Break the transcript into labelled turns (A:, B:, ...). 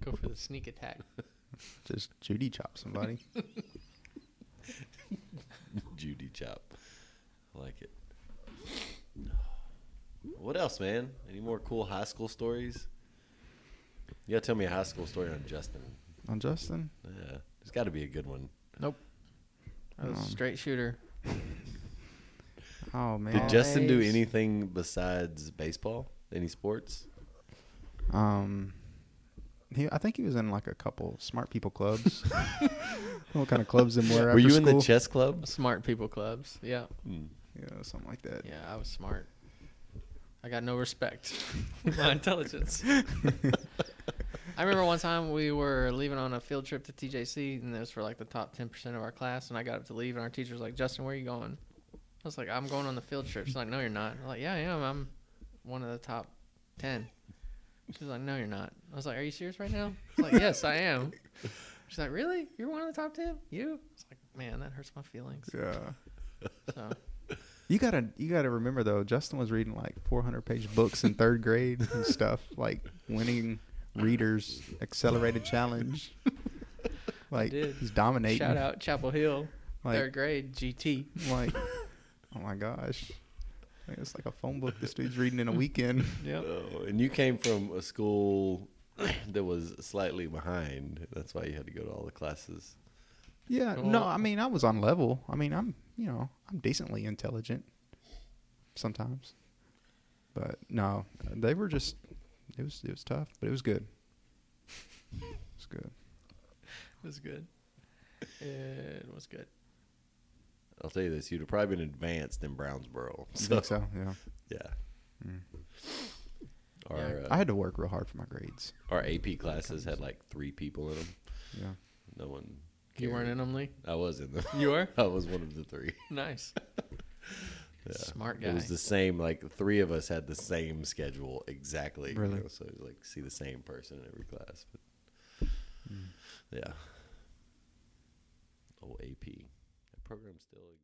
A: Go for the sneak attack.
B: Just Judy chop somebody.
C: Judy Chop. I like it. What else, man? Any more cool high school stories? You gotta tell me a high school story on Justin.
B: On Oh, Justin?
C: Yeah, there's got to be a good one.
A: Nope. I was a
B: Um,
A: straight shooter.
B: Oh
C: Did
B: man.
C: Justin do
A: Always.
C: anything besides baseball? Any sports?
B: Um, he, I think he was in like a couple smart people clubs. what kind of clubs and where?
C: Were you in the chess club?
A: Smart people clubs. Yeah.
C: Hmm.
B: Yeah, something like that.
A: Yeah, I was smart. I got no respect for my intelligence. I remember one time we were leaving on a field trip to TJC, and it was for like the top 10% of our class. And I got up to leave, and our teacher was like, Justin, where are you going? I was like, I'm going on the field trip. She's like, No, you're not. I'm like, Yeah, I am. I'm one of the top 10. She's like, No, you're not. I was like, Are you serious right now? I was like, Yes, I am. She's like, Really? You're one of the top 10? You? I was like, Man, that hurts my feelings.
B: Yeah.
A: So,
B: You gotta you gotta remember though, Justin was reading like 400 page books in third grade and stuff, like winning readers accelerated challenge. Like
A: did.
B: he's dominating.
A: shout out Chapel Hill.
B: Like,
A: third grade GT.
B: like, oh my gosh, Like, it's like a phone book this dude's reading in a weekend.
A: Yep.
C: Oh, and you came from a school that was slightly behind. That's why you had to go to all the classes.
B: Yeah, no,
A: Well-
B: I mean I was on level. I mean I'm you know I'm decently intelligent sometimes, but no, they were just it was it was tough, but it was good. It's good.
A: It was good. It was good.
C: I'll tell you this: you'd have probably been advanced in Brownsboro.
B: I
C: So,
B: think so. Yeah,
C: yeah.
B: Mm.
C: Our
A: Yeah.
C: uh,
B: I had to work real hard for my grades.
C: our AP classes had like three people in them.
B: Yeah,
C: No one.
A: You weren't in them, Lee?
C: I was in them.
A: You were?
C: I was one of the three.
A: Nice.
C: Yeah.
A: Smart guy.
C: It was the same. Like the three of us had the same schedule exactly. you
B: Really?
C: know, so it was like see the same person in every class. But
B: Mm.
C: yeah. Oh, AP. That program still exists.